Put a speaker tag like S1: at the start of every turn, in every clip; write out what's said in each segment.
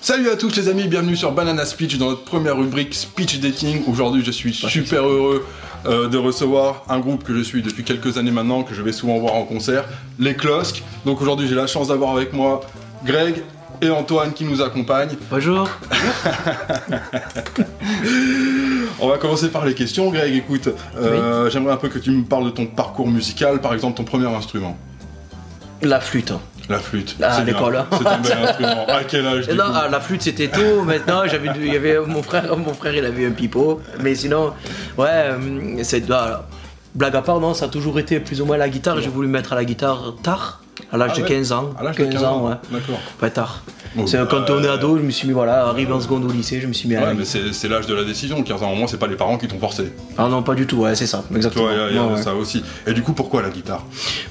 S1: Salut à tous les amis, bienvenue sur Banana Speech dans notre première rubrique Speech Dating. Aujourd'hui je suis super heureux euh, de recevoir un groupe que je suis depuis quelques années maintenant, que je vais souvent voir en concert, les Closques. Donc aujourd'hui j'ai la chance d'avoir avec moi Greg et Antoine qui nous accompagnent.
S2: Bonjour.
S1: On va commencer par les questions Greg, écoute, euh, j'aimerais un peu que tu me parles de ton parcours musical, par exemple ton premier instrument,
S2: La flûte.
S1: la flûte.
S2: Ah,
S1: C'est bien.
S2: l'école, hein.
S1: C'est un bel instrument. À quel âge du
S2: Non,
S1: coup
S2: ah, la flûte c'était tôt. Maintenant, j'avais, du- il y avait mon frère, mon frère, il avait un pipeau. Mais sinon, ouais, euh, c'est ah, blague à part, non, ça a toujours été plus ou moins la guitare. J'ai voulu me mettre à la guitare tard, à l'âge
S1: Ah
S2: de
S1: ouais.
S2: 15 ans.
S1: À l'âge de 15 ans,
S2: ouais.
S1: D'accord.
S2: Pas tard.
S1: Oh,
S2: c'est
S1: bah,
S2: quand on est ado, je me suis mis, voilà, arrivé en seconde au lycée, je me suis mis à la
S1: Ouais, mais
S2: guitare.
S1: c'est c'est l'âge de la décision, 15 ans au moins, c'est pas les parents qui t'ont forcé.
S2: Ah non, pas du tout, ouais, c'est ça,
S1: Tu
S2: exactement.
S1: vois, il y a- il y a
S2: Ouais, ouais.
S1: ça aussi. Et du coup, pourquoi la guitare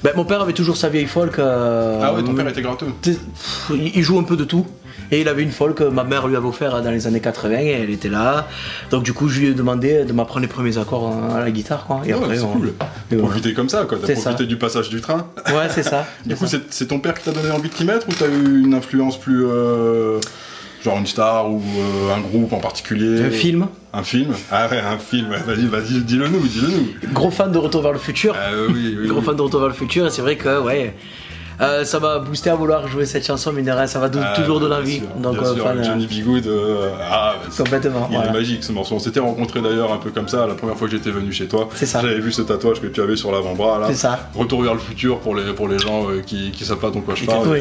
S2: Ben, mon père avait toujours sa vieille folk. euh,
S1: Ah ouais, ton père était gratteux.
S2: T'es- pff, Il il joue un peu de tout. Et il avait une folle que ma mère lui avait offert dans les années 80 et elle était là. Donc du coup, je lui ai demandé de m'apprendre les premiers accords à la guitare, quoi. Et
S1: Ah hein. Ouais,
S2: après,
S1: c'est
S2: on-
S1: cool.
S2: et voilà.
S1: Profiter comme ça, quoi. T'as
S2: C'est
S1: profité
S2: ça.
S1: du passage du train.
S2: Ouais, c'est ça.
S1: Du
S2: c'est
S1: coup,
S2: ça.
S1: c'est c'est ton père qui t'a donné envie de t'y mettre ou t'as eu une influence plus. euh, genre une star ou euh, un groupe en particulier
S2: un film.
S1: Un film Ah ouais, un film. Ouais, Vas-y, vas-y, dis-le nous, dis-le nous.
S2: Gros fan de Retour vers le futur.
S1: Ah oui, oui.
S2: Gros
S1: oui.
S2: fan de Retour vers le futur. Et c'est vrai que, ouais, euh, ça m'a boosté à vouloir jouer cette chanson, mais de rien, ça m'a dou-
S1: Ah,
S2: toujours donné
S1: bien
S2: envie.
S1: sûr,
S2: Donc,
S1: bien
S2: euh,
S1: sûr,
S2: fan, euh,
S1: Johnny Bigood. euh, ah, bah, c'est-
S2: complètement.
S1: Il
S2: voilà.
S1: est magique ce morceau. On s'était rencontrés d'ailleurs un peu comme ça la première fois que j'étais venu chez toi.
S2: C'est ça.
S1: J'avais vu ce tatouage que tu avais sur l'avant-bras là.
S2: C'est ça.
S1: Retour vers le futur pour les, pour les gens euh, qui, qui savent pas de quoi je parle.
S2: Oui.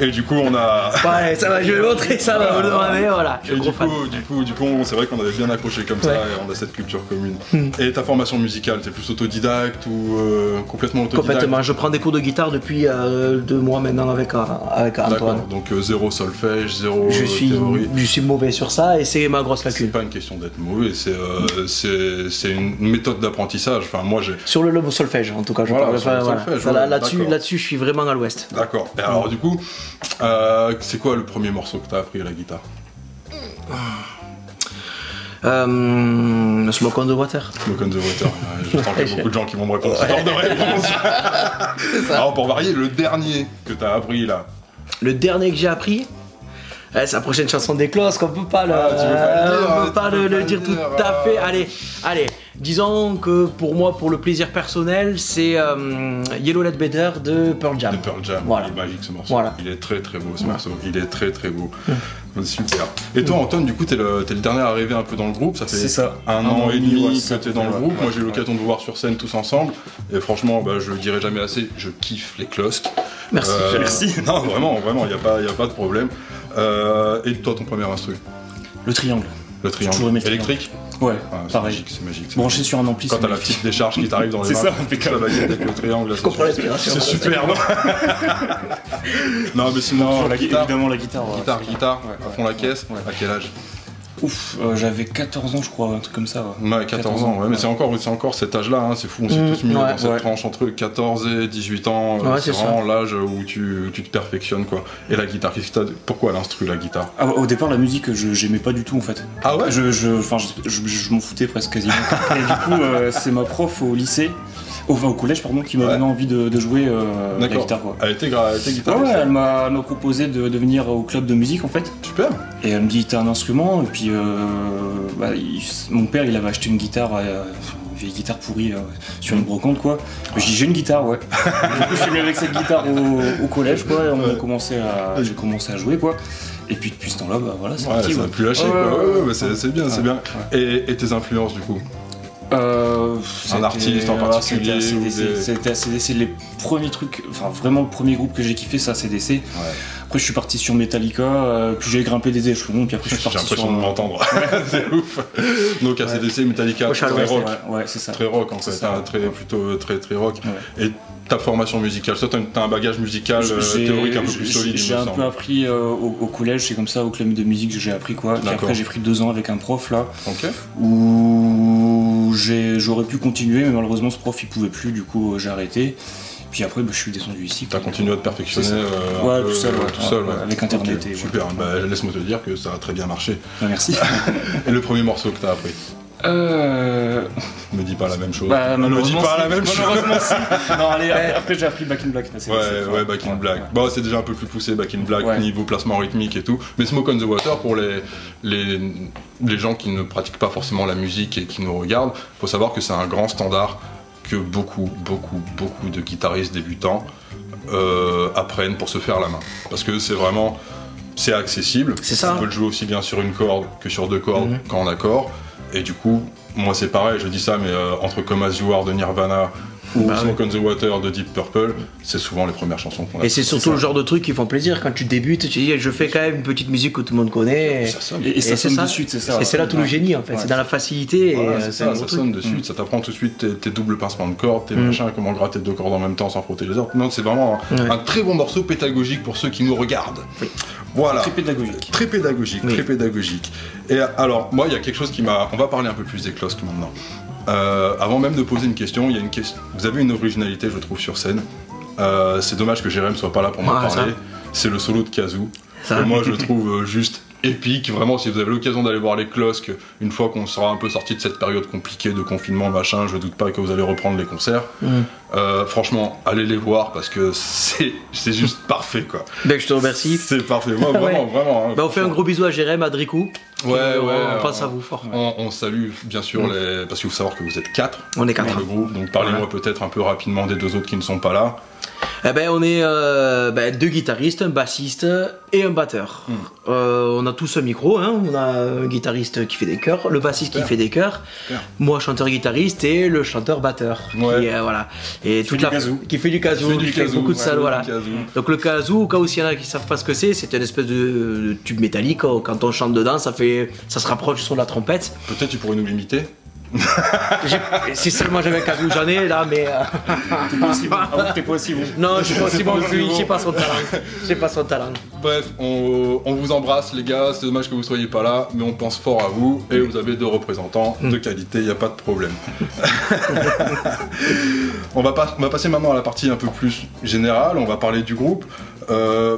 S1: Et du coup on a.
S2: Ouais, ça va, je vais montrer ça, va vous le demander, voilà. Je
S1: Et
S2: suis
S1: du
S2: gros fan.
S1: coup, du coup, du coup, on- c'est vrai qu'on avait bien accroché comme ça
S2: Ouais. Hmm.
S1: et on a cette culture commune. Et ta formation musicale, t'es plus autodidacte ou euh, complètement autodidacte
S2: Complètement, je prends des cours de guitare depuis euh, deux mois maintenant avec, euh, avec Antoine.
S1: D'accord, donc euh, zéro solfège, zéro
S2: Je
S1: euh,
S2: suis,
S1: théorie.
S2: je suis mauvais sur ça et c'est ma grosse
S1: C'est
S2: lacune.
S1: pas une question d'être mauvais, c'est euh, c'est- c'est une méthode d'apprentissage. Enfin, moi j'ai
S2: Sur le lobe solfège, en tout cas, je
S1: Voilà,
S2: parle.
S1: sur le solfège,
S2: Ça, là-
S1: ouais,
S2: Là-dessus,
S1: d'accord.
S2: là dessus je suis vraiment à l'ouest.
S1: D'accord. Et alors du coup, euh, c'est quoi le premier morceau que t'as appris à la guitare
S2: Euh, Smoke on the Water.
S1: Smoke on the Water. Ouais, Je sens qu'il y a beaucoup de gens qui vont me répondre ce genre de réponse. alors pour varier, le dernier que t'as appris là.
S2: Le dernier que j'ai appris, eh, c'est la prochaine chanson des Closes qu'on peut pas le,
S1: Ah, tu veux pas le
S2: euh,
S1: dire, hein,
S2: on
S1: tu
S2: peut pas
S1: peux
S2: le,
S1: pas
S2: le
S1: le
S2: dire tout
S1: dire,
S2: à
S1: ah.
S2: fait. Allez, allez, disons que pour moi, pour le plaisir personnel, c'est euh, Yellow Let Better de Pearl Jam.
S1: De Pearl Jam,
S2: Voilà.
S1: il est magique ce morceau.
S2: Voilà.
S1: Il est très très beau ce morceau. Il est très très beau. Super. Et toi Antoine, du coup, t'es le, t'es le dernier arrivé un peu dans le groupe. Ça fait
S3: C'est ça.
S1: un, an, et demi
S3: ouais,
S1: que
S3: ça
S1: t'es
S3: fait,
S1: dans le
S3: ouais.
S1: groupe. Moi j'ai eu
S3: Ouais.
S1: l'occasion de vous voir sur scène tous ensemble. Et franchement, bah, je le dirai jamais assez, je kiffe les closques.
S2: Merci.
S1: Euh,
S3: Merci.
S1: Non, vraiment, vraiment, il n'y a, pas- y a pas de problème. Euh, et toi, ton premier instru
S3: Le triangle.
S1: Le triangle
S3: toujours aimé le triangle.
S1: électrique
S3: Ouais,
S1: Ah, C'est
S3: pareil.
S1: magique, c'est magique. c'est
S3: Branché
S1: magique.
S3: sur un ampli.
S1: Quand
S3: c'est
S1: t'as la
S3: magnifique.
S1: petite décharge qui t'arrive dans les
S3: C'est
S1: mains,
S3: ça,
S1: tu
S3: impeccable.
S1: la baguette avec le triangle, là, c'est
S2: comprends
S1: super.
S2: l'inspiration.
S1: C'est superbe. non, mais sinon,
S3: Toujours
S1: la
S3: la
S1: guitare,
S3: Évidemment, la guitare. ouais.
S1: guitare, guitare,
S3: Ouais,
S1: à fond la caisse.
S3: Ouais.
S1: À quel âge
S3: Ouf, euh, j'avais 14 ans, je crois, un truc comme ça. ouais.
S1: Ouais, 14 ans, ouais, mais c'est encore, c'est encore cet âge-là, hein, c'est fou, on s'est
S2: Mm,
S1: tous mis dans
S2: ouais,
S1: cette
S3: ouais.
S1: tranche entre 14 et 18 ans, euh,
S2: Ouais,
S1: c'est
S2: c'est ça.
S1: vraiment l'âge où tu, où tu te perfectionnes, quoi. Et la guitare, qu'est-ce que t'as de- pourquoi l'instru, la guitare
S3: Ah, au départ, la musique, je j'aimais pas du tout en fait.
S1: Ah ouais
S3: Je, je, enfin, je, je- je m'en foutais presque quasiment. Et du coup, euh, c'est ma prof au lycée, au- enfin au collège, pardon, qui m'a
S1: Ouais.
S3: donné envie de, de jouer euh, la
S1: D'accord. Ah,
S3: guitare. Quoi. Ah
S1: Elle était, gra- elle était
S3: Ouais,
S1: guitariste.
S3: ouais, elle m'a elle m'a proposé de, de venir au club de musique en fait.
S1: Super.
S3: Et elle me dit t'as un instrument et puis euh, bah, il- mon père il avait acheté une guitare, euh, une vieille guitare pourrie euh, sur une brocante quoi. J'ai dit j'ai une guitare ouais. du coup je suis venu avec cette guitare au, au collège quoi et on a
S1: Ouais.
S3: commencé à j'ai commencé à jouer quoi. Et puis depuis ce temps-là bah voilà c'est
S1: Ouais,
S3: parti.
S1: ça a
S3: ouais.
S1: pu lâcher,
S3: Ouais,
S1: quoi.
S3: ouais,
S1: Ouais, ouais,
S3: ouais.
S1: bah, c'est c'est bien, c'est bien. Et, et tes influences, du coup
S3: Euh, c'était-
S1: artiste en
S3: ah,
S1: particulier
S3: C'était
S1: ou
S3: ACDC,
S1: des-
S3: c'était ACDC, les premiers trucs, enfin vraiment le premier groupe que j'ai kiffé, c'est ACDC. Après je suis parti sur Metallica, euh, puis j'ai grimpé des échelons, puis après je
S1: J'ai
S3: suis parti
S1: l'impression
S3: sur.
S1: de m'entendre. c'est ouf. Donc ACDC, Metallica,
S2: Prochain
S1: très
S2: Ouest,
S1: rock.
S3: Ouais, ouais, c'est ça.
S1: Très rock en
S3: C'est
S1: fait,
S3: ça.
S1: hein, très, plutôt euh, très très rock.
S3: Ouais.
S1: Et ta formation musicale, toi t'as une- t'as un bagage musical euh,
S3: J'ai-
S1: théorique un peu plus
S3: j'ai-
S1: solide, il
S3: J'ai
S1: me
S3: un peu
S1: semble.
S3: appris euh, au, au collège, c'est comme ça, au club de musique, j'ai appris quoi. Puis
S1: D'accord.
S3: après, j'ai pris deux ans avec un prof là,
S1: Ok.
S3: où j'ai- j'aurais pu continuer, mais malheureusement, ce prof il pouvait plus, du coup, euh, j'ai arrêté. Puis après, bah, je suis descendu ici.
S1: T'as
S3: quoi.
S1: continué à te perfectionner
S3: C'est ça.
S1: euh, un
S3: Ouais,
S1: peu,
S3: tout seul,
S1: euh,
S3: ouais.
S1: tout seul,
S3: Ouais, avec Internet
S1: Ok,
S3: et ouais.
S1: Super, bah, laisse-moi te dire
S3: Bah,
S1: que ça a très bien marché.
S3: Ouais, merci.
S1: Et le premier morceau que t'as appris
S3: Euh,
S1: me dis pas la même chose.
S3: Bah,
S1: ne me Ah, dis
S3: malheureusement,
S1: pas
S3: si.
S1: la même chose.
S3: Malheureusement, si. Non, allez, après, après, j'ai appris Back in Black. c'est- Ah,
S1: Ouais,
S3: c'est-
S1: ouais, Back in
S3: ouais,
S1: Black.
S3: ouais.
S1: Bon, c'est déjà un peu plus poussé, Back in Black,
S3: Ouais.
S1: niveau placement rythmique et tout. Mais Smoke on the Water, pour les, les, les gens qui ne pratiquent pas forcément la musique et qui nous regardent, faut savoir que c'est un grand standard que beaucoup, beaucoup, beaucoup de guitaristes débutants euh, apprennent pour se faire la main. Parce que c'est vraiment. C'est accessible.
S2: C'est ça.
S3: hein.
S1: On peut le jouer aussi bien sur une corde que sur deux cordes
S2: Mhm.
S3: Mm-hmm.
S1: quand on accord. Et du coup, moi c'est pareil, je dis ça, mais euh, entre Comme As You Are de Nirvana ou
S2: Bah
S1: Smoke on the Water de Deep Purple, c'est souvent les premières chansons qu'on a.
S2: Et c'est surtout le genre de trucs qui font plaisir quand tu débutes. Tu dis, je fais quand même une petite musique que tout le monde connaît.
S1: Ça sonne.
S3: Et, et ça
S2: c'est
S3: sonne
S2: ça.
S3: de suite, c'est ça.
S2: Et c'est là tout le
S3: Ouais.
S2: génie en fait.
S3: Ouais.
S2: C'est dans la facilité. et,
S1: Voilà,
S2: euh,
S1: c'est
S2: c'est
S1: ça, ça
S2: un gros truc.
S1: sonne de suite, ça t'apprend tout de suite tes, tes doubles pincements de cordes, tes
S2: Mm.
S1: machins, comment gratter deux cordes en même temps sans frotter les autres. Non, c'est vraiment un,
S2: Ouais.
S1: un très bon morceau pédagogique pour ceux qui nous regardent. Voilà.
S3: Très pédagogique.
S1: Très pédagogique,
S2: Oui.
S1: très pédagogique. Et euh, alors, moi, il y a quelque chose qui m'a. On va parler un peu plus des closques maintenant. Euh, avant même de poser une question, il y a une question. Vous avez une originalité, je trouve, sur scène. Euh, c'est dommage que Jérém soit pas là pour m'en
S2: Ah, ça.
S1: parler. C'est le solo de Kazoo.
S2: Ça.
S1: que moi, je trouve euh, juste épique. Vraiment, si vous avez l'occasion d'aller voir les closques, une fois qu'on sera un peu sorti de cette période compliquée de confinement, machin, je doute pas que vous allez reprendre les concerts.
S2: Mm.
S1: Euh, franchement, allez les voir parce que c'est c'est juste parfait, quoi.
S2: Ben, je te remercie.
S1: C'est parfait. Moi, vraiment,
S2: Ouais.
S1: vraiment. hein.
S2: Ben, on fait un gros bisou à Jérém, à Dricou.
S1: Ouais,
S2: on,
S1: ouais.
S2: On pense à vous fort.
S1: On, on salue bien sûr les. Parce qu'il faut savoir que vous êtes quatre
S2: On est
S1: dans
S2: quatre.
S1: le groupe, donc parlez-moi peut-être un peu rapidement des deux autres qui ne sont pas là.
S2: Eh ben, on est euh, ben, deux guitaristes, un bassiste et un batteur.
S1: Mm.
S2: Euh, on a tous un micro. hein. On a un guitariste qui fait des chœurs, le bassiste
S1: Super.
S2: qui fait des chœurs,
S1: Super.
S2: moi chanteur-guitariste et le chanteur-batteur. qui,
S1: Ouais.
S2: euh, voilà. Et toute
S3: du
S2: la
S3: kazoo.
S2: qui fait du kazoo,
S1: Fais
S2: qui
S1: du
S2: fait
S1: kazoo,
S2: beaucoup de
S1: ouais,
S2: salles,
S1: fais
S2: voilà.
S1: du kazoo.
S2: Donc le kazoo, au cas où s'il y en a qui savent pas ce que c'est, c'est une espèce de, de tube métallique. oh, Quand on chante dedans, ça fait, ça se rapproche du son de la trompette.
S1: Peut-être tu pourrais nous l'imiter.
S2: J'ai- si seulement j'avais un kazoo, j'en ai là, mais euh,
S3: T'es pas aussi bon. Ah ouais, t'es pas aussi bon.
S2: non, je suis pas aussi bon que lui.
S1: Possible.
S2: J'ai pas son talent. J'ai pas son talent.
S1: Bref, on, on vous embrasse les gars, c'est dommage que vous soyez pas là, mais on pense fort à vous et vous avez deux représentants de qualité, il n'y a pas de problème. on, va pas- on va passer maintenant à la partie un peu plus générale, on va parler du groupe. Euh,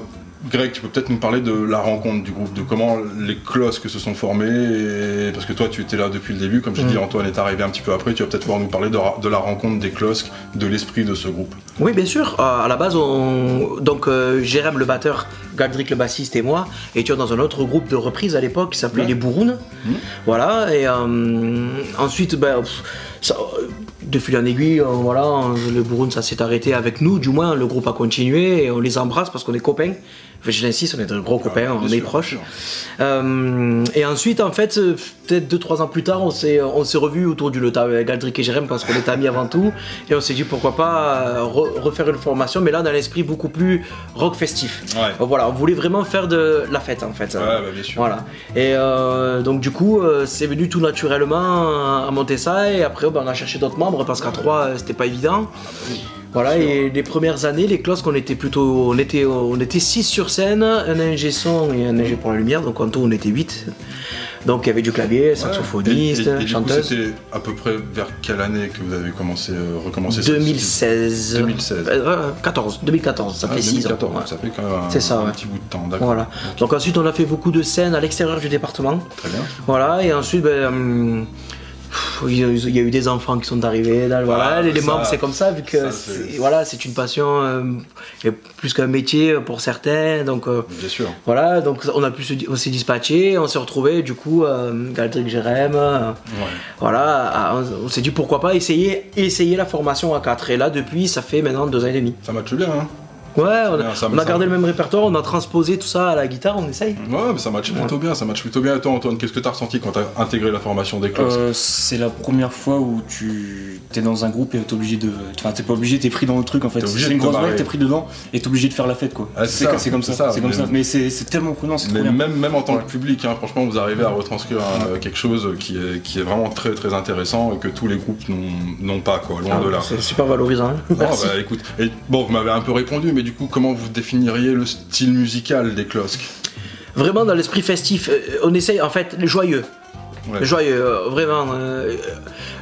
S1: Greg, tu peux peut-être nous parler de la rencontre du groupe, de comment les closques se sont formés, et- parce que toi tu étais là depuis le début, comme j'ai dit Antoine est arrivé un petit peu après, tu vas peut-être pouvoir nous parler de, ra- de la rencontre des closques, de l'esprit de ce groupe.
S2: Oui, bien sûr. Euh, à la base, on... donc euh, Jérém le batteur, Galdric le bassiste et moi étions dans un autre groupe de reprises à l'époque qui s'appelait
S1: Ouais. Mmh.
S2: les Bourounes. Voilà. Et euh, ensuite, ben, pff, ça, euh, de fil en aiguille, euh, voilà, on- le Bouroun ça s'est arrêté avec nous. Du moins, le groupe a continué et on les embrasse parce qu'on est copains. Enfin, je l'insiste, on est de gros copains,
S1: Ah, bien
S2: on
S1: sûr,
S2: est
S1: bien
S2: proches.
S1: sûr.
S2: Euh, et ensuite, en fait, euh, peut-être 2-3 ans plus tard, on s'est, on s'est revus autour du table avec Aldric et Jérém parce qu'on était amis avant tout. Et on s'est dit pourquoi pas euh, re- refaire une formation, mais là, dans l'esprit beaucoup plus rock festif.
S1: Ouais.
S2: Euh, Voilà, on voulait vraiment faire de la fête en fait.
S1: Ouais,
S2: Euh,
S1: bah, bien sûr.
S2: Voilà. Et euh, donc, du coup, euh, c'est venu tout naturellement à monter ça. Et après, ben, on a cherché d'autres membres parce qu'à 3, c'était pas évident. Voilà, et les premières années, les closques, on était plutôt. On était, on était 6 sur scène, un ingé son et un ingé pour la lumière, donc en tout, on était 8. Donc il y avait du clavier,
S1: Et-
S2: saxophoniste,
S1: et- et du coup,
S2: chanteuse.
S1: C'était à peu près vers quelle année que vous avez commencé, euh, recommencé ce-
S2: 2016.
S1: 2016.
S2: Euh, euh, 14, 2014, ça
S1: Ah,
S2: fait 6 ans.
S1: 2014,
S2: ouais.
S1: ça fait quand même un,
S2: C'est ça,
S1: un
S2: ouais.
S1: petit bout de temps, d'accord.
S2: Voilà. Donc ensuite, on a fait beaucoup de scènes à l'extérieur du département.
S1: Très bien.
S2: Voilà, et ensuite, ben, hum, pff, il y a- il y a eu des enfants qui sont arrivés. là, voilà,
S1: Ah,
S2: les, les
S1: ça,
S2: membres, c'est comme ça, vu que
S1: ça,
S2: c'est-
S1: c'est-
S2: voilà, c'est une passion euh, et plus qu'un métier euh, pour certains. Donc euh,
S1: Bien sûr.
S2: voilà, donc on a pu se, on s'est dispatché, on s'est retrouvé du coup, euh, Galdric, Jérém, euh,
S1: Ouais.
S2: voilà, à- on, on s'est dit pourquoi pas essayer, essayer la formation à 4 Et là, depuis, ça fait maintenant deux ans et demi.
S1: Ça matche bien, hein
S2: Ouais, on
S1: bien,
S2: a,
S1: ça me
S2: on a
S1: semble.
S2: gardé le même répertoire, on a transposé tout ça à la guitare, on essaye.
S1: Ouais, mais ça matche plutôt bien, ça matche plutôt bien. Et toi, Antoine, qu'est-ce que t'as ressenti quand t'as intégré la formation des classes
S3: Euh, c'est la première fois où tu t'es dans un groupe et t'es obligé de. Enfin, t'es pas obligé, t'es pris dans le truc en fait.
S1: T'es obligé
S3: C'est
S1: de
S3: une
S1: te
S3: grosse vague,
S1: barrer.
S3: t'es pris dedans et t'es obligé de faire la fête quoi.
S1: Ah, c'est
S3: c'est
S1: ça,
S3: comme- c'est comme
S1: c'est
S3: ça,
S1: ça,
S3: c'est comme
S1: mais-
S3: ça. Mais c'est c'est tellement prenant, c'est trop
S1: Mais
S3: bien.
S1: même, même en tant
S3: Ouais.
S1: que public, hein, franchement, vous arrivez à retranscrire euh, quelque chose qui est, qui est vraiment très très intéressant et que tous les groupes n'ont n'ont pas, quoi, loin de là.
S2: Ah, C'est super valorisant. hein.
S1: Ah, bah écoute, et, bon, vous m'avez un peu répondu, mais du coup, comment vous définiriez le style musical des closques
S2: Vraiment dans l'esprit festif, euh, on essaye en fait joyeux.
S1: Ouais.
S2: Joyeux, euh, vraiment. euh,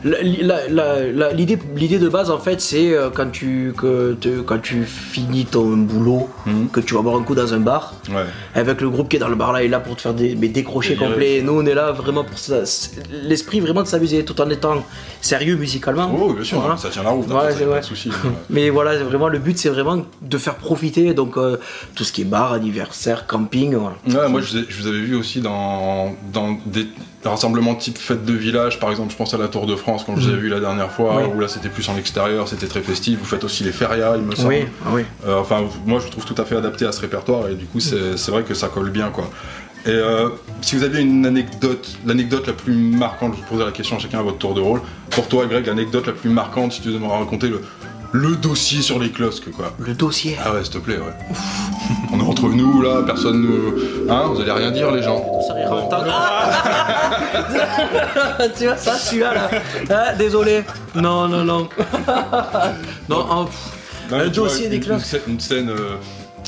S2: la- la- la- la- L'idée l'idée de base, en fait, c'est euh, quand, tu, que te- quand tu finis ton boulot,
S1: Mhm.
S2: que tu vas boire un coup dans un bar,
S1: Ouais.
S2: avec le groupe qui est dans le bar là, il est là pour te faire des, mais des crochets
S4: Des
S2: complets. Et nous, on est là vraiment pour ça. C'est- L'esprit vraiment de s'amuser tout en étant sérieux musicalement.
S1: Oh, bien sûr,
S2: Ah. Voilà.
S1: ça tient la route, hein,
S2: Ouais,
S1: ça,
S2: c'est
S1: y a pas
S2: vrai.
S1: de souci.
S2: Mais voilà, c'est vraiment, le but, c'est vraiment de faire profiter donc euh, tout ce qui est bar, anniversaire, camping. Voilà.
S1: Ouais, moi, je vous, ai- je vous avais vu aussi dans, dans des rassemblements type fête de village, par exemple, je pense à la Tour de France quand je vous ai vu la dernière fois,
S2: Mm. Oui.
S1: où là c'était plus en extérieur, c'était très festif. Vous faites aussi les férias, il me semble.
S2: Oui, ah oui.
S1: Euh, enfin, moi je trouve tout à fait adapté à ce répertoire et du coup c'est c'est vrai que ça colle bien quoi. Et euh, si vous aviez une anecdote, l'anecdote la plus marquante, je vous poserai la question à chacun à votre tour de rôle. Pour toi Greg, l'anecdote la plus marquante, si tu devais me raconter le, le dossier sur les closques quoi.
S2: Le dossier.
S1: Ah ouais, s'il te plaît, ouais. On est entre nous là, personne nous. Hein, vous allez rien dire les gens.
S2: Ça rira en temps. Ah tu vois ça, celui-là là. Ah, désolé. Non, non, non. non, en-
S1: Non, mais
S2: Le
S1: tu vois,
S2: dossier des
S1: une-
S2: clocks.
S1: Une, scè- une scène, euh,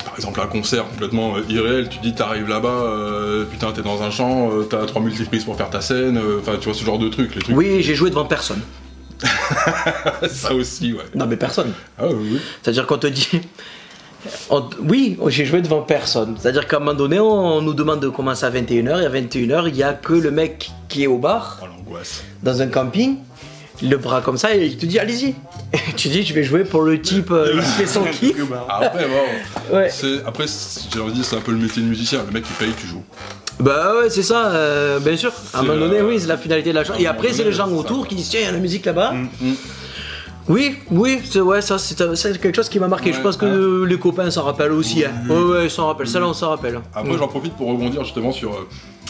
S1: par exemple, un concert complètement euh, irréel. Tu dis, t'arrives là-bas, euh, putain, t'es dans un champ, euh, t'as trois multiprises pour faire ta scène. euh, Enfin, tu vois ce genre de truc, les trucs.
S2: oui, j'ai joué devant personne.
S1: ça aussi, ouais.
S2: Non, mais personne.
S1: Ah oui, oui.
S2: C'est-à-dire qu'on te dit. on- oui, j'ai joué devant personne. C'est-à-dire qu'à un moment donné, on, nous demande de commencer à 21h, et à 21h, il n'y a que le mec qui est au bar,
S1: Oh l'angoisse.
S2: dans un camping, le bras comme ça, et il te dit allez-y. Et tu dis, je vais jouer pour le type, euh, il se fait son kiff.
S1: Ah, Après, bon.
S2: Ouais.
S1: c'est- Après, c'est- j'ai envie de dire, c'est un peu le métier de musicien. Le mec qui paye, tu joues.
S2: Bah ouais, c'est ça, euh, bien sûr. À un
S1: C'est,
S2: moment donné,
S1: euh,
S2: oui, c'est la finalité de la chose.
S1: à un
S2: Et
S1: moment
S2: après, c'est
S1: donné,
S2: les gens
S1: c'est ça,
S2: autour
S1: quoi.
S2: qui disent tiens, il y a la musique là-bas.
S1: mm.
S2: Oui, oui, c'est ouais, ça, c'est c'est quelque chose qui m'a marqué.
S1: Ouais,
S2: Je pense que
S1: ouais. Mm.
S2: euh, les copains s'en rappellent aussi. hein. Ouais, ouais, ils s'en rappellent. Celle-là, on s'en rappelle.
S1: Après, j'en profite pour rebondir justement sur. euh,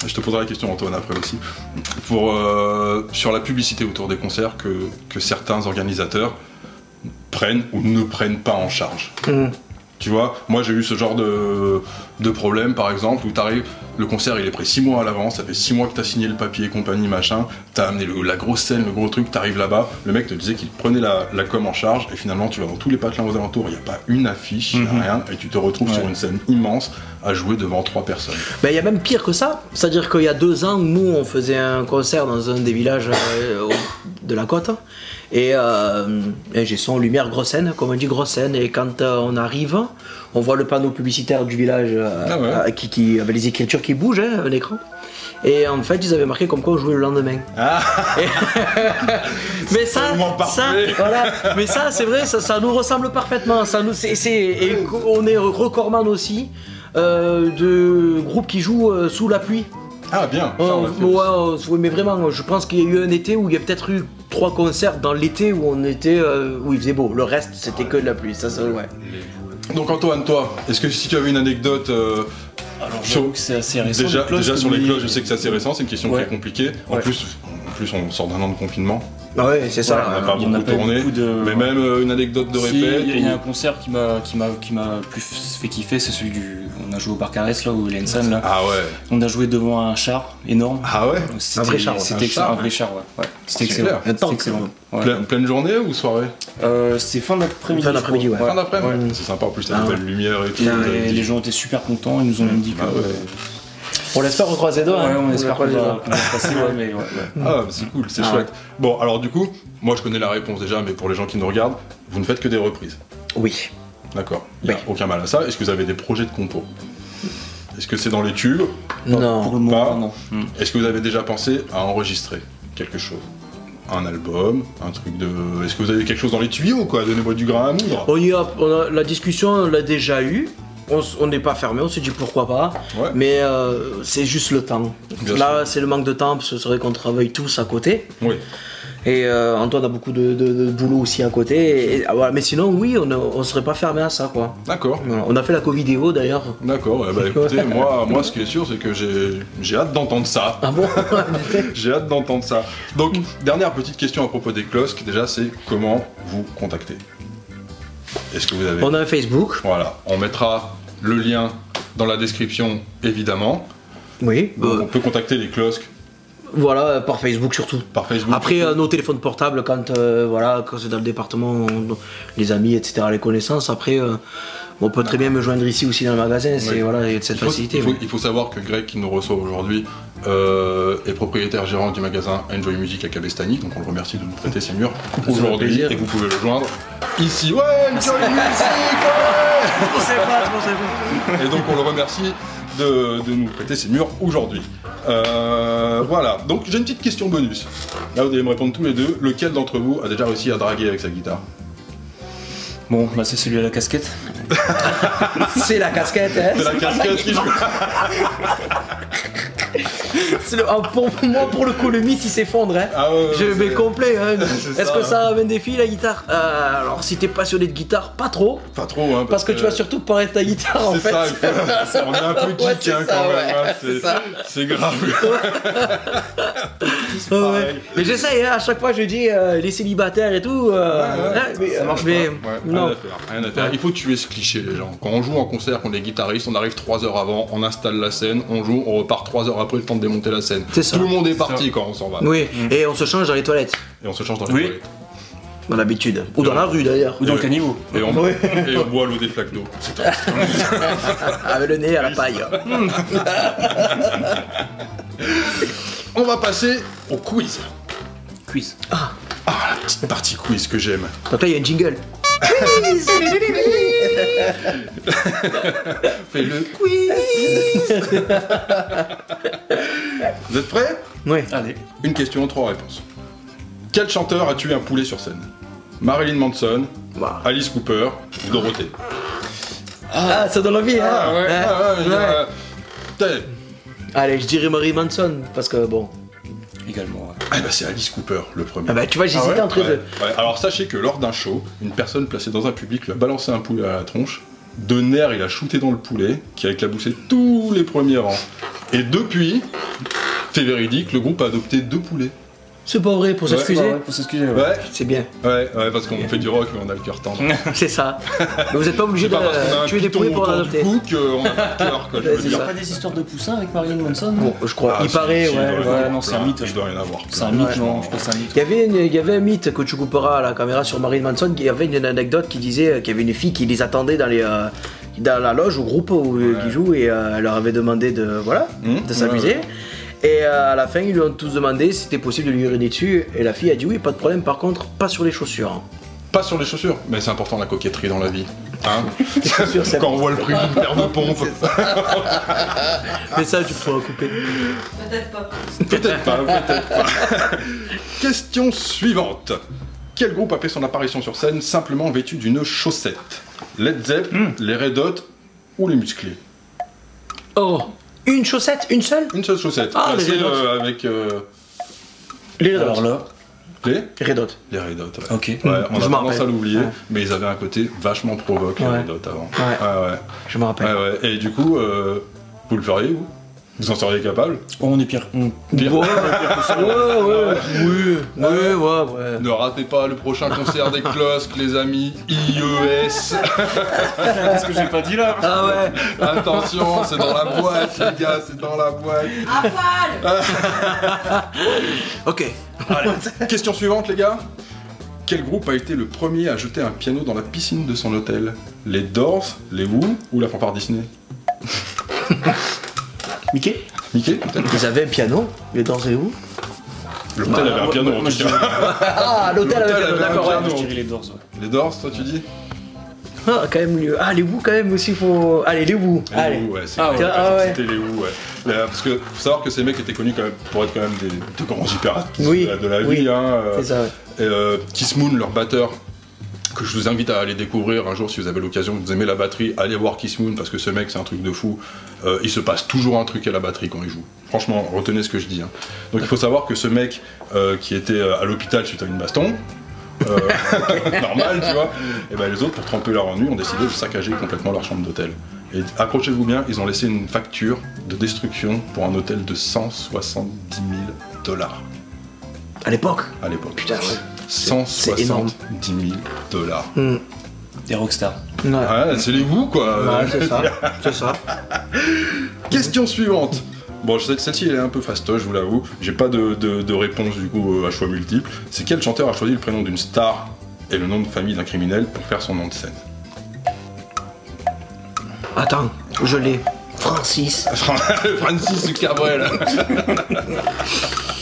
S1: je te poserai la question, Antoine, après aussi. Pour, euh, sur la publicité autour des concerts que, que certains organisateurs prennent ou ne prennent pas en charge.
S2: Mm.
S1: Tu vois, moi j'ai eu ce genre de, de problème par exemple où t'arrives, le concert il est prêt 6 mois à l'avance, ça fait 6 mois que t'as signé le papier, compagnie, machin, t'as amené le- la grosse scène, le gros truc, t'arrives là-bas, le mec te disait qu'il prenait la, la com en charge et finalement tu vas dans tous les patelins aux alentours, il n'y a pas une affiche, il a rien et tu te retrouves sur une scène immense à jouer devant trois personnes.
S2: Ben, il y a même pire que ça. C'est-à-dire qu'il y a deux ans, nous, on faisait un concert dans un des villages euh, au- de la côte. Et, euh, et j'ai son lumière grosse scène, comme on dit grosse scène. Et quand euh, on arrive, on voit le panneau publicitaire du village euh,
S1: Ah ouais.
S2: euh, qui, qui avait les écritures qui bougent, hein, à l'écran. Et en fait, ils avaient marqué comme quoi on jouait le lendemain. Mais ça,
S1: tellement
S2: ça,
S1: parfait.
S2: voilà. Mais ça, c'est vrai, ça, ça nous ressemble parfaitement. Ça nous, c'est, c'est- et co- on est recordman aussi euh, de groupes qui jouent euh, sous la pluie.
S1: Ah bien, ça, on
S2: Oh,
S1: l'a fait
S2: ouais,
S1: aussi.
S2: oh, ouais, mais vraiment, je pense qu'il y a eu un été où il y a peut-être eu trois concerts dans l'été où on était, euh, où il faisait beau. Le reste, c'était
S1: Ah
S2: que de la pluie. Ça, ça, ouais.
S1: Donc Antoine, toi, est-ce que si tu avais une anecdote euh,
S3: Alors,
S1: Sur-
S3: j'avoue que c'est assez récent.
S1: déjà,
S3: les cloches,
S1: déjà sur les
S3: mais-
S1: cloches, je sais que c'est assez récent, c'est une question
S3: Ouais.
S1: très compliquée. En
S3: Ouais.
S1: plus, en plus on sort d'un an de confinement.
S2: Ah ouais, c'est ça.
S3: Ouais,
S1: On n'a
S3: Euh,
S1: pas
S3: il y en a
S1: beaucoup
S3: pas eu
S1: tourné,
S3: beaucoup de-
S1: mais même euh, une anecdote de
S3: Si,
S1: répète.
S3: Il y a- il y a
S1: ou-
S3: un concert qui m'a qui m'a qui m'a plus fait kiffer, c'est celui du. On a joué au Barcarès là ou l'Ensan là.
S1: Ah ouais.
S3: On a joué devant un char énorme.
S1: Ah ouais.
S3: C'était-
S2: Un vrai char, ouais.
S1: Un
S3: C'était excellent.
S1: char,
S3: Un vrai char, ouais. ouais. C'était
S1: Super.
S3: excellent.
S1: Un
S3: C'était
S2: tank.
S3: excellent. Ouais.
S1: Pleine, pleine journée ou soirée
S3: Euh, C'était fin d'après-midi.
S2: Fin
S3: je
S2: d'après-midi,
S3: crois.
S2: Ouais.
S1: Fin d'après.
S3: ouais.
S1: C'est sympa en plus, t'as
S2: Ah
S1: une
S2: ouais.
S1: belle lumière et tout.
S3: Et euh,
S1: vous avez
S3: les
S1: dit.
S3: gens étaient super contents, ils nous ont même dit que.
S1: Ah ouais.
S3: euh,
S2: On l'espère au croisé d'or.
S3: ouais,
S2: hein.
S3: on espère qu'on
S2: le croise
S3: va
S2: les doigts.
S3: qu'on va se passer, ouais, mais ouais, ouais.
S1: Ah, c'est cool, c'est
S3: Ah
S1: chouette. Bon, alors du coup, moi je connais la réponse déjà, mais pour les gens qui nous regardent, vous ne faites que des reprises.
S2: Oui.
S1: D'accord. Il n'y a
S2: Oui.
S1: aucun mal à ça. Est-ce que vous avez des projets de compo Est-ce que c'est dans les tubes
S3: Pour
S2: Non.
S3: le
S1: Pas. Hmm.
S3: moment, non. Mm.
S1: Est-ce que vous avez déjà pensé à enregistrer quelque chose Un album Un truc de. Est-ce que vous avez quelque chose dans les tuyaux ou quoi Donnez-moi du grain à moudre.
S3: Oh.
S2: On y a, on a- la discussion, on l'a déjà eue. On s- On n'est pas fermé, on s'est dit pourquoi pas.
S1: Ouais.
S2: Mais euh, c'est juste le temps.
S1: Bien
S2: Là, c'est le manque de temps, parce que c'est vrai qu'on travaille tous à côté.
S1: Oui.
S2: Et euh, Antoine a beaucoup de, de- de boulot aussi à côté. Et- ah, voilà. Mais sinon, oui, on ne on serait pas fermé à ça, quoi.
S1: D'accord.
S2: Voilà. On a fait la Covidéo d'ailleurs.
S1: D'accord, eh ben, écoutez, moi, moi ce qui est sûr c'est que j'ai j'ai hâte d'entendre ça.
S2: Ah bon
S1: J'ai hâte d'entendre ça. Donc, dernière petite question à propos des closques, déjà c'est comment vous contacter Est-ce que vous avez...
S2: On a un Facebook.
S1: Voilà, on mettra le lien dans la description évidemment.
S2: Oui. Euh.
S1: Donc, on peut contacter les closques
S2: Voilà, par Facebook surtout.
S1: Par Facebook.
S2: Après, euh, nos téléphones portables, quand, euh, voilà, quand c'est dans le département, on- les amis, etc., les connaissances, après, euh, on peut très bien me joindre ici aussi dans le magasin, c'est
S1: Ouais.
S2: voilà, il y a de cette
S1: Je pense
S2: facilité.
S1: qu'il faut-
S2: ouais.
S1: Il faut savoir que Greg, qui nous reçoit aujourd'hui, euh, est propriétaire gérant du magasin Enjoy Music à Cabestany, donc on le remercie de nous prêter ses murs
S2: fait
S1: aujourd'hui
S2: plaisir.
S1: et vous pouvez le joindre ici. Ouais, Enjoy Music
S2: Je sais pas, je sais pas.
S1: ouais Et donc on le remercie de, de nous prêter ses murs aujourd'hui. Euh, voilà, donc j'ai une petite question bonus. Là, vous allez me répondre tous les deux. Lequel d'entre vous a déjà réussi à draguer avec sa guitare
S3: Bon, bah c'est celui à la casquette.
S2: C'est la casquette,
S1: C'est
S2: hein.
S1: la casquette qui joue.
S2: C'est le- ah, pour moi, pour le coup, le mythe il s'effondre. Hein.
S1: Ah ouais, ouais,
S2: Je
S1: ouais,
S2: vais
S1: c'est-
S2: complet. Hein.
S1: C'est
S2: Est-ce
S1: ça,
S2: que
S1: hein.
S2: ça ramène des filles la guitare Euh, Alors, si t'es passionné de guitare, pas trop.
S1: Pas trop, hein.
S2: Parce que tu vas surtout parler de ta guitare en
S1: C'est
S2: fait.
S1: ça, il faut- on est un peu geek
S2: Ouais, c'est
S1: hein,
S2: ça,
S1: quand
S2: ouais,
S1: même. hein,
S2: c'est ça.
S1: c'est- C'est grave.
S2: Ouais, ouais.
S1: Pareil.
S2: Mais j'essaye, hein, à chaque fois je dis euh, les célibataires et tout. euh,
S1: Ouais, ouais,
S2: hein, mais, euh, mais-
S1: Ouais,
S2: non.
S1: Rien à faire, rien à faire.
S2: Ouais.
S1: Il faut tuer ce cliché, les gens. Quand on joue en concert, qu'on est guitariste, on arrive 3 heures avant, on installe la scène, on joue, on repart 3 heures après le temps de démonter la scène.
S2: C'est ça.
S1: Tout le monde est parti quand on s'en va.
S2: Oui, et on se change dans les toilettes,
S1: Et on se change dans les
S3: Oui.
S1: toilettes.
S2: dans l'habitude. Ou dans la rue d'ailleurs.
S3: Ou dans
S1: Ouais.
S3: le caniveau.
S1: Et on,
S2: Ouais.
S1: et on boit l'eau des flaques d'eau. C'est tout.
S2: Avec le nez à la paille.
S1: On va passer au quiz.
S3: Cuisse.
S1: Ah, la petite partie quiz que j'aime.
S2: Donc là il y a une jingle.
S1: Fais le
S2: Quiz
S1: Vous êtes prêts
S2: Oui.
S3: Allez.
S1: Une question, trois réponses. Quel chanteur a tué un poulet sur scène Marilyn Manson,
S2: Bah.
S1: Alice Cooper ou Dorothée
S2: Ah, ça donne envie, hein
S1: Ah ouais,
S2: Hein,
S1: ah ouais, je veux dire,
S2: ouais.
S1: euh, t'es-
S2: Allez, je dirais Marie Manson, parce que bon.
S3: Également. ouais.
S1: Ah bah c'est Alice Cooper le premier.
S2: Ah bah tu vois, j'hésitais
S1: Ah ouais
S2: entre les
S1: Ouais.
S2: deux.
S1: Ouais, Alors sachez que lors d'un show, une personne placée dans un public lui a balancé un poulet à la tronche. De nerf, il a shooté dans le poulet, qui a éclaboussé tous les premiers rangs. Et depuis, c'est véridique, le groupe a adopté deux poulets.
S2: C'est pas vrai pour s'excuser.
S3: Bah ouais, pour s'excuser. ouais.
S1: Ouais,
S2: C'est bien,
S1: ouais, ouais, parce qu'on fait du rock, mais on a le cœur tendre.
S2: c'est ça. Mais vous êtes pas obligé
S1: C'est
S2: de
S1: pas parce qu'on a un
S2: tuer des
S1: piton
S2: poulets pour
S1: autour
S2: l'adopter.
S1: du cou qu'on a pas de cœur, quoi, je
S2: Ouais,
S1: veux
S2: c'est
S1: dire.
S2: ça.
S3: des histoires de poussins avec Marilyn Manson
S2: Bon, je crois,
S1: Ah,
S2: il
S1: si,
S2: paraît,
S1: si, il doit y
S2: ouais.
S1: en
S2: ouais.
S1: avoir
S3: non, c'est
S1: plein.
S3: un mythe.
S1: Il doit y en avoir.
S3: euh, C'est un
S1: plein.
S3: mythe, non Je pense que c'est un mythe.
S2: Il y, avait une- il y avait un mythe que tu couperas à la caméra sur Marine Manson, il y avait une anecdote qui disait euh, qu'il y avait une fille qui les attendait dans, les, euh, dans la loge au groupe où euh,
S1: Ouais.
S2: ils jouent et euh, elle leur avait demandé de, voilà,
S1: Mmh,
S2: de s'amuser.
S1: ouais,
S2: Et euh, à la fin, ils lui ont tous demandé si c'était possible de lui uriner dessus. Et la fille a dit oui, pas de problème, par contre, pas sur les chaussures.
S1: Pas sur les chaussures, mais c'est important la coquetterie dans la vie. Hein
S2: Les chaussures, c'est
S1: Quand on voit le prix d'une paire de pompes.
S2: Ah. Mais ça, tu pourras couper.
S4: Peut-être pas.
S1: Peut-être pas, peut-être pas. Question suivante. Quel groupe a fait son apparition sur scène simplement vêtu d'une chaussette Led Zepp,
S2: Hmm.
S1: les Red Hot ou les Musclés
S2: Oh, une chaussette, une seule
S1: Une seule chaussette.
S2: Ah, les
S1: c'est,
S2: Red Hot.
S1: euh, avec euh,
S2: Les Red
S3: Alors
S2: Hot.
S3: là,
S1: les
S2: Red Hot.
S1: les Red Hot. ouais.
S3: ok.
S1: Ouais, on a
S2: Je m'en
S1: tendance à
S2: rappelle.
S1: l'oublier,
S2: Ouais.
S1: mais ils avaient un côté vachement provoque les
S2: Ouais.
S1: Red Hot avant.
S2: Ouais.
S1: ouais.
S2: Je me rappelle.
S1: Ouais, ouais. Et du coup, euh, vous le feriez vous Vous en seriez capable
S3: Oh, on est pire. On-
S1: Pire.
S2: Ouais, ouais, ouais, oui, oui, ouais, ouais.
S1: Ne ratez pas le prochain concert des Closques, les amis. E IES.
S3: Qu'est-ce que j'ai pas dit là
S2: Ah ouais.
S1: Attention, c'est dans la boîte, les gars, c'est dans la boîte.
S4: À
S1: Ah,
S4: poil
S2: Ok.
S1: Question suivante, les gars. Quel groupe a été le premier à jeter un piano dans la piscine de son hôtel Les Doors, les Who ou la fanfare Disney
S3: Mickey
S1: Mickey, peut-être
S2: Ils avaient un piano, les dents et où
S1: L'hôtel avait un piano en
S3: moi,
S1: tout cas.
S2: Ah, l'hôtel avec
S1: L'hôtel
S2: piano,
S1: avait un
S2: d'accord.
S1: piano.
S2: ouais.
S1: non.
S3: Je dirais les Doors, ouais.
S1: Les Doors, toi tu dis
S2: Ah, quand même, le- ah, les bouts, quand même aussi, faut. Allez, les bouts.
S1: Les
S2: Allez.
S1: Who, ouais, c'est
S3: Ah
S1: vrai,
S2: ouais. Ah ouais.
S1: c'était les Who, ouais. Euh, Parce que faut savoir que ces mecs étaient connus quand même pour être quand même des, des grands hyper artistes
S2: Oui,
S1: de la- de la
S2: oui.
S1: vie. hein, euh,
S2: C'est ça, ouais.
S1: Et, euh, Kiss Moon, leur batteur, que je vous invite à aller découvrir un jour si vous avez l'occasion, que vous aimez la batterie, allez voir Kiss Moon parce que ce mec c'est un truc de fou. Euh, il se passe toujours un truc à la batterie quand il joue. Franchement, retenez ce que je dis. hein. Donc il faut savoir que ce mec euh, qui était euh, à l'hôpital suite à une baston, euh, normal, tu vois, et ben les autres, pour tremper leur ennui, ont décidé de saccager complètement leur chambre d'hôtel. Et accrochez-vous bien, ils ont laissé une facture de destruction pour un hôtel de 170 000 dollars
S2: À l'époque.
S1: à l'époque.
S2: Putain, ouais. C'est énorme.
S1: 170 000 dollars.
S2: Hmm.
S3: Des rockstars.
S2: Ouais.
S1: Ah, Ouais, c'est les goûts quoi.
S2: Ouais, c'est ça. C'est ça.
S1: Question suivante. Bon, je sais que celle-ci elle est un peu fastoche, je vous l'avoue. J'ai pas de, de- de réponse du coup euh, à choix multiple. C'est quel chanteur a choisi le prénom d'une star et le nom de famille d'un criminel pour faire son nom de scène
S2: Attends, je l'ai. Francis.
S1: Francis Cabrel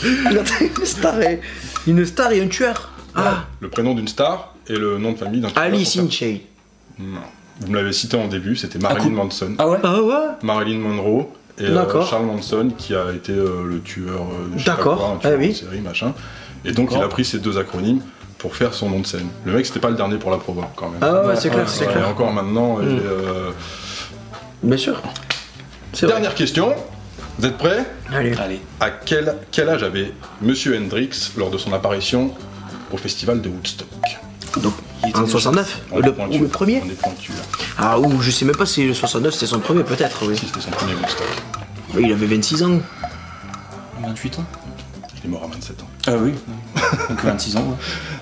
S2: une star et... Une star et un tueur. Ah,
S1: Le prénom d'une star et le nom de famille d'un criminel.
S2: Alice
S1: pour
S2: in
S1: faire-
S2: Chains.
S1: Non. Vous me l'avez cité en début, c'était Marilyn
S3: coup-
S1: Manson.
S3: Ah ouais
S2: Ah ouais
S1: Marilyn Monroe et euh,
S2: D'accord.
S1: Charles Manson qui a été euh, le tueur euh, je sais pas
S2: D'accord.
S1: quoi, un
S2: Ah
S1: tueur
S2: oui.
S1: en série machin et donc il
S3: D'accord.
S1: a pris ces deux acronymes pour faire son nom de scène le mec c'était pas le dernier pour la provo quand même
S2: Ah ouais, c'est
S3: Ouais,
S2: clair, c'est
S1: Ouais, Et
S2: clair.
S1: encore maintenant et,
S2: Mm.
S1: euh,
S2: Bien sûr. C'est vrai.
S1: dernière question vous êtes prêts
S2: Allez.
S3: Allez.
S1: à quel, quel âge avait Monsieur Hendrix lors de son apparition au festival de Woodstock
S2: Donc,
S3: Il était
S2: en
S3: déjà-
S2: 69
S1: On
S2: le,
S1: est pointu.
S2: ou le premier
S1: On est pointu, là.
S2: Ah, ou je sais même pas si le 69 c'était son premier, peut-être, oui.
S1: Si, c'était son premier Woodstock.
S2: Mais Il avait 26 ans.
S3: 28 ans
S1: Il est mort à 27 ans.
S3: Ah oui. Donc 26 ans, ouais.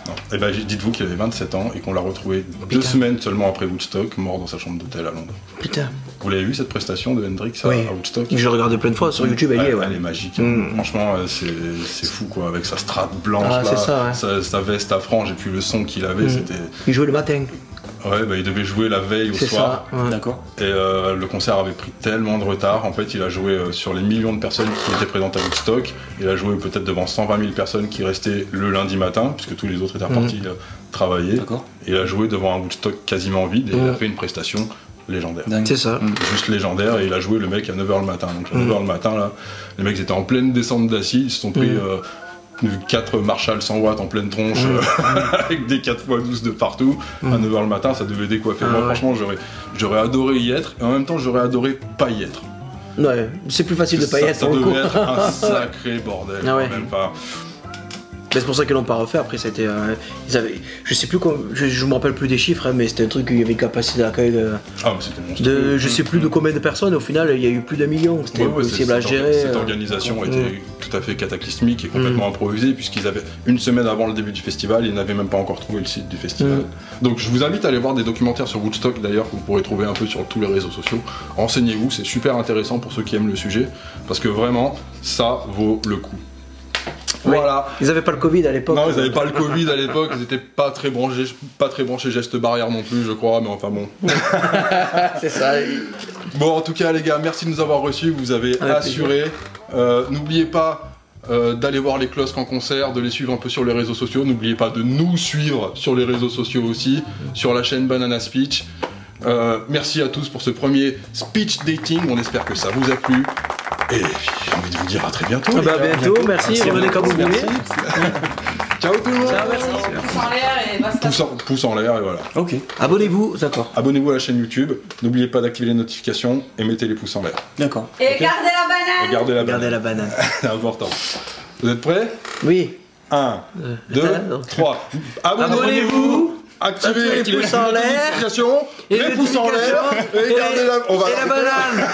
S1: Non. Eh ben, j- dites-vous qu'il avait 27 ans et qu'on l'a retrouvé deux
S2: Putain.
S1: semaines seulement après Woodstock, mort dans sa chambre d'hôtel à Londres.
S2: Putain.
S1: Vous l'avez vu cette prestation de Hendrix à,
S2: Oui.
S1: à Woodstock Mm.
S2: Je le regardais plein de fois sur YouTube, elle y est, ouais.
S1: Elle est magique.
S2: Mm.
S1: Franchement, euh, c'est c'est fou quoi, avec sa strate blanche,
S2: Ah,
S1: là,
S2: c'est ça, ouais.
S1: sa, sa veste à franges et puis le son qu'il avait,
S2: Mm.
S1: c'était.
S2: Il jouait le matin,
S1: Ouais, bah, il devait jouer la veille au
S2: c'est
S1: soir.
S2: ça. ouais.
S3: D'accord.
S1: Et euh, le concert avait pris tellement de retard. En fait, il a joué euh, sur les millions de personnes qui étaient présentes à Woodstock. Il a joué peut-être devant 120 000 personnes qui restaient le lundi matin, puisque tous les autres étaient
S2: Mm.
S1: repartis euh, travailler.
S3: D'accord.
S1: Il a joué devant un Woodstock quasiment vide et il a
S2: Mm.
S1: fait une prestation légendaire.
S3: Dingue.
S2: C'est ça.
S1: Juste légendaire et il a joué le mec à 9h le matin. Donc à
S2: Mm.
S1: 9h le matin, là, les mecs étaient en pleine descente d'acide, ils se sont pris. euh,
S2: Mm.
S1: 4 Marshall 100 watts en pleine tronche
S2: Mm.
S1: euh, avec des 4x12 de partout à
S2: Mm.
S1: 9h le matin ça devait décoiffer
S2: Ah
S1: moi
S2: ouais.
S1: franchement j'aurais j'aurais adoré y être et en même temps j'aurais adoré pas y être
S2: Ouais, c'est plus facile de
S1: ça,
S2: pas y être
S1: ça
S2: pour le coup.
S1: devait être un sacré bordel
S2: Ah ouais.
S1: quand même. Enfin,
S2: Mais c'est pour ça qu'ils l'ont pas refait. Après, c'était. euh, ils avaient. Je sais plus. com- Je, je me rappelle plus des chiffres, hein, mais c'était un truc où il y avait une capacité d'accueil de.
S1: ah, mais c'était monstrueux.
S2: de- je sais plus de combien de personnes. Au final, il y a eu plus d'un million. C'était
S1: Ouais, ouais, c'est-
S2: impossible à
S1: cette orga-
S2: gérer.
S1: Cette
S2: euh.
S1: organisation
S2: Mm.
S1: était tout à fait cataclysmique et complètement improvisée, puisqu'ils avaient une semaine avant le début du festival, ils n'avaient même pas encore trouvé le site du festival.
S2: Mm.
S1: Donc je vous invite à aller voir des documentaires sur Woodstock d'ailleurs, que vous pourrez trouver un peu sur tous les réseaux sociaux. Renseignez-vous, c'est super intéressant pour ceux qui aiment le sujet, parce que vraiment, ça vaut le coup.
S2: Oui.
S1: Voilà.
S2: Ils avaient pas le Covid à l'époque.
S1: Non, ils n'avaient pas le Covid à l'époque, ils n'étaient pas très branchés, pas très branchés gestes barrières non plus, je crois, mais enfin bon.
S2: C'est ça.
S1: Ah, Bon, en tout cas, les gars, merci de nous avoir reçus. Vous avez
S2: Avec
S1: assuré. Euh, N'oubliez pas euh, d'aller voir les Closques en concert, de les suivre un peu sur les réseaux sociaux. N'oubliez pas de nous suivre sur les réseaux sociaux aussi, sur la chaîne Banana Speech. Euh, merci à tous pour ce premier speech dating. On espère que ça vous a plu. Et puis, j'ai envie de vous dire à très bientôt.
S2: Ah
S1: les
S2: bah, à
S1: gars.
S2: bientôt, merci.
S3: Merci à
S2: Revenez
S3: vous.
S2: quand vous voulez.
S3: Merci.
S1: Ciao tout le monde.
S2: Ciao, merci.
S4: Pouce en l'air et basta.
S1: Pouce en, pouce en l'air et voilà.
S3: Ok.
S2: Abonnez-vous, d'accord.
S1: Abonnez-vous à la chaîne YouTube. N'oubliez pas d'activer les notifications et mettez les pouces en l'air.
S3: D'accord.
S4: Et gardez la banane
S1: Et gardez la
S2: Regardez
S1: banane.
S2: la banane.
S1: C'est important. Vous êtes prêts
S2: Oui.
S1: 1, 2,
S2: non.
S1: 3.
S2: Euh, Abonnez-vous,
S1: Activez
S2: activez les pouces en l'air,
S1: notifications,
S2: et
S1: les pouces en l'air et gardez la. On va
S2: et la banane.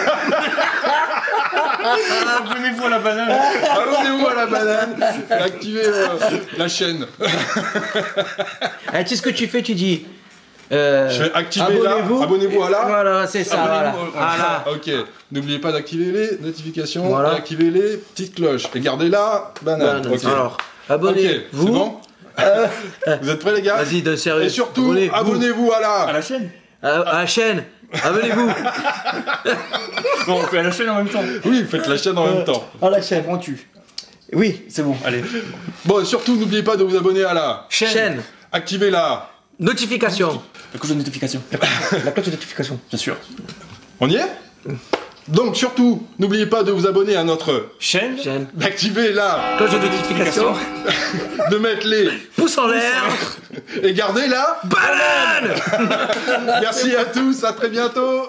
S3: Abonnez-vous Ah, à la banane.
S1: Abonnez-vous à la banane et activez euh, la chaîne.
S2: Eh, tu sais ce que tu fais, tu dis. euh,
S1: Je vais activer là,
S2: abonnez-vous.
S1: abonnez-vous à là.
S2: Voilà, c'est ça. Voilà. Ah,
S1: Abonnez-vous au-
S2: Voilà.
S1: Ok. N'oubliez pas d'activer les notifications,
S2: Voilà.
S1: et activer les petites cloches et gardez la banane.
S2: Voilà,
S1: Ok.
S2: Alors,
S1: Ok,
S2: abonnez-vous.
S1: c'est bon Vous êtes prêts les gars
S2: Vas-y, d'un sérieux.
S1: Et surtout,
S2: Abonnez-vous.
S1: abonnez-vous à la.
S3: À la chaîne.
S2: À, à la chaîne. Abonnez-vous.
S3: Non, on fait à la chaîne en même temps.
S1: Oui, faites la chaîne en même temps.
S3: Ah,
S2: à la chaîne.
S3: Prends tu.
S2: Oui.
S3: C'est bon. Allez.
S1: Bon, et surtout, n'oubliez pas de vous abonner à la.
S2: Chaîne.
S1: Activez la.
S2: Notification.
S3: La cloche de notification.
S2: La cloche de notification.
S3: Bien sûr.
S1: On y est Donc surtout, n'oubliez pas de vous abonner à notre...
S3: Chaîne.
S2: Chaîne.
S1: d'activer la...
S2: Cloche de notification.
S1: de mettre les...
S2: Pouce en l'air.
S1: et garder la...
S2: Banane.
S1: Merci à tous, à très bientôt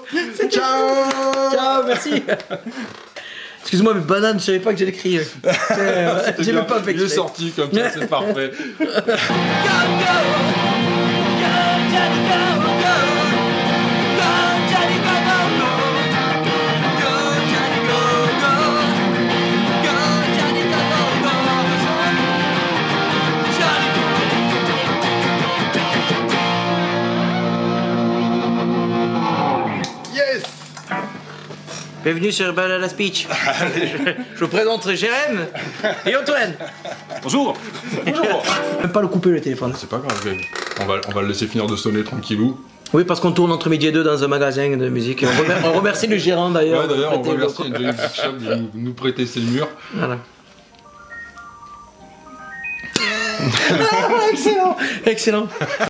S1: Ciao
S2: Ciao, merci. Excuse-moi, mais banane, je savais pas que j'allais crier. Euh,
S1: C'était
S2: J'ai
S1: bien,
S2: même pas fait
S1: Il est
S2: exprès.
S1: sorti comme ça, c'est parfait Yes
S2: Bienvenue sur Banana Speech. Je vous présente Jérém et Antoine.
S3: Bonjour
S1: Bonjour
S2: Même pas le couper le téléphone.
S1: C'est pas grave, Greg. On va, on va le laisser finir de sonner tranquillou.
S2: Oui, parce qu'on tourne entre midi et deux dans un magasin de musique. On, remer- on remercie le gérant d'ailleurs.
S1: Ouais, d'ailleurs, on
S2: Prêtez le
S1: remercie
S2: loco.
S1: James Bishop de nous, nous prêter ses murs.
S2: Voilà. Excellent, excellent.